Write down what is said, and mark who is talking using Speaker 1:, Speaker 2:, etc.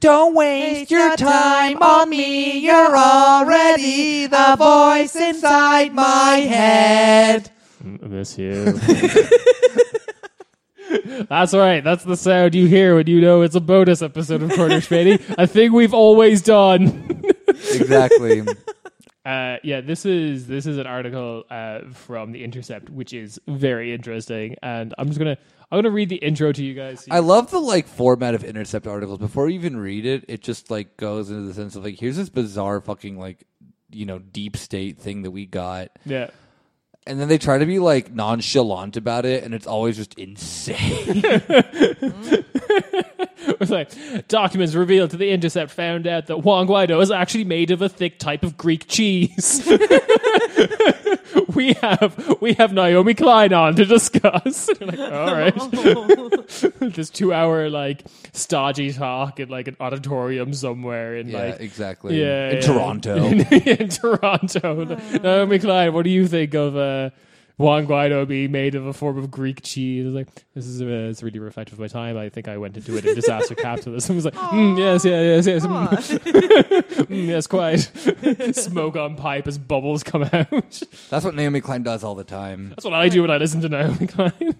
Speaker 1: Don't waste your time on me. You're already the voice inside my head.
Speaker 2: I miss you. That's right. That's the sound you hear when you know it's a bonus episode of Corner Spanny, a thing we've always done.
Speaker 3: Exactly.
Speaker 2: Uh, yeah, this is this is an article uh, from the Intercept, which is very interesting, and I'm just gonna I'm gonna read the intro to you guys.
Speaker 3: I love the like format of intercept articles. Before you even read it, it just like goes into the sense of like here's this bizarre fucking like you know deep state thing that we got,
Speaker 2: yeah,
Speaker 3: and then they try to be like nonchalant about it, and it's always just insane.
Speaker 2: It's like documents revealed to the Intercept found out that Wong Guido is actually made of a thick type of Greek cheese. we have we have Naomi Klein on to discuss. You're like, all right, this two hour like stodgy talk in like an auditorium somewhere in
Speaker 3: yeah,
Speaker 2: like
Speaker 3: exactly.
Speaker 2: yeah,
Speaker 3: in
Speaker 2: yeah.
Speaker 3: Toronto.
Speaker 2: in Toronto. Naomi Klein, what do you think of uh, Juan Guaido being made of a form of Greek cheese? Like this is uh, it's really reflective of my time. I think I went into it in disaster capitalism. It was like mm, yes, yeah, yes, yes, mm, mm, yes, quite. Smoke on pipe as bubbles come out. That's
Speaker 3: That's what Naomi Klein does all the time.
Speaker 2: what I do when I listen to Naomi Klein.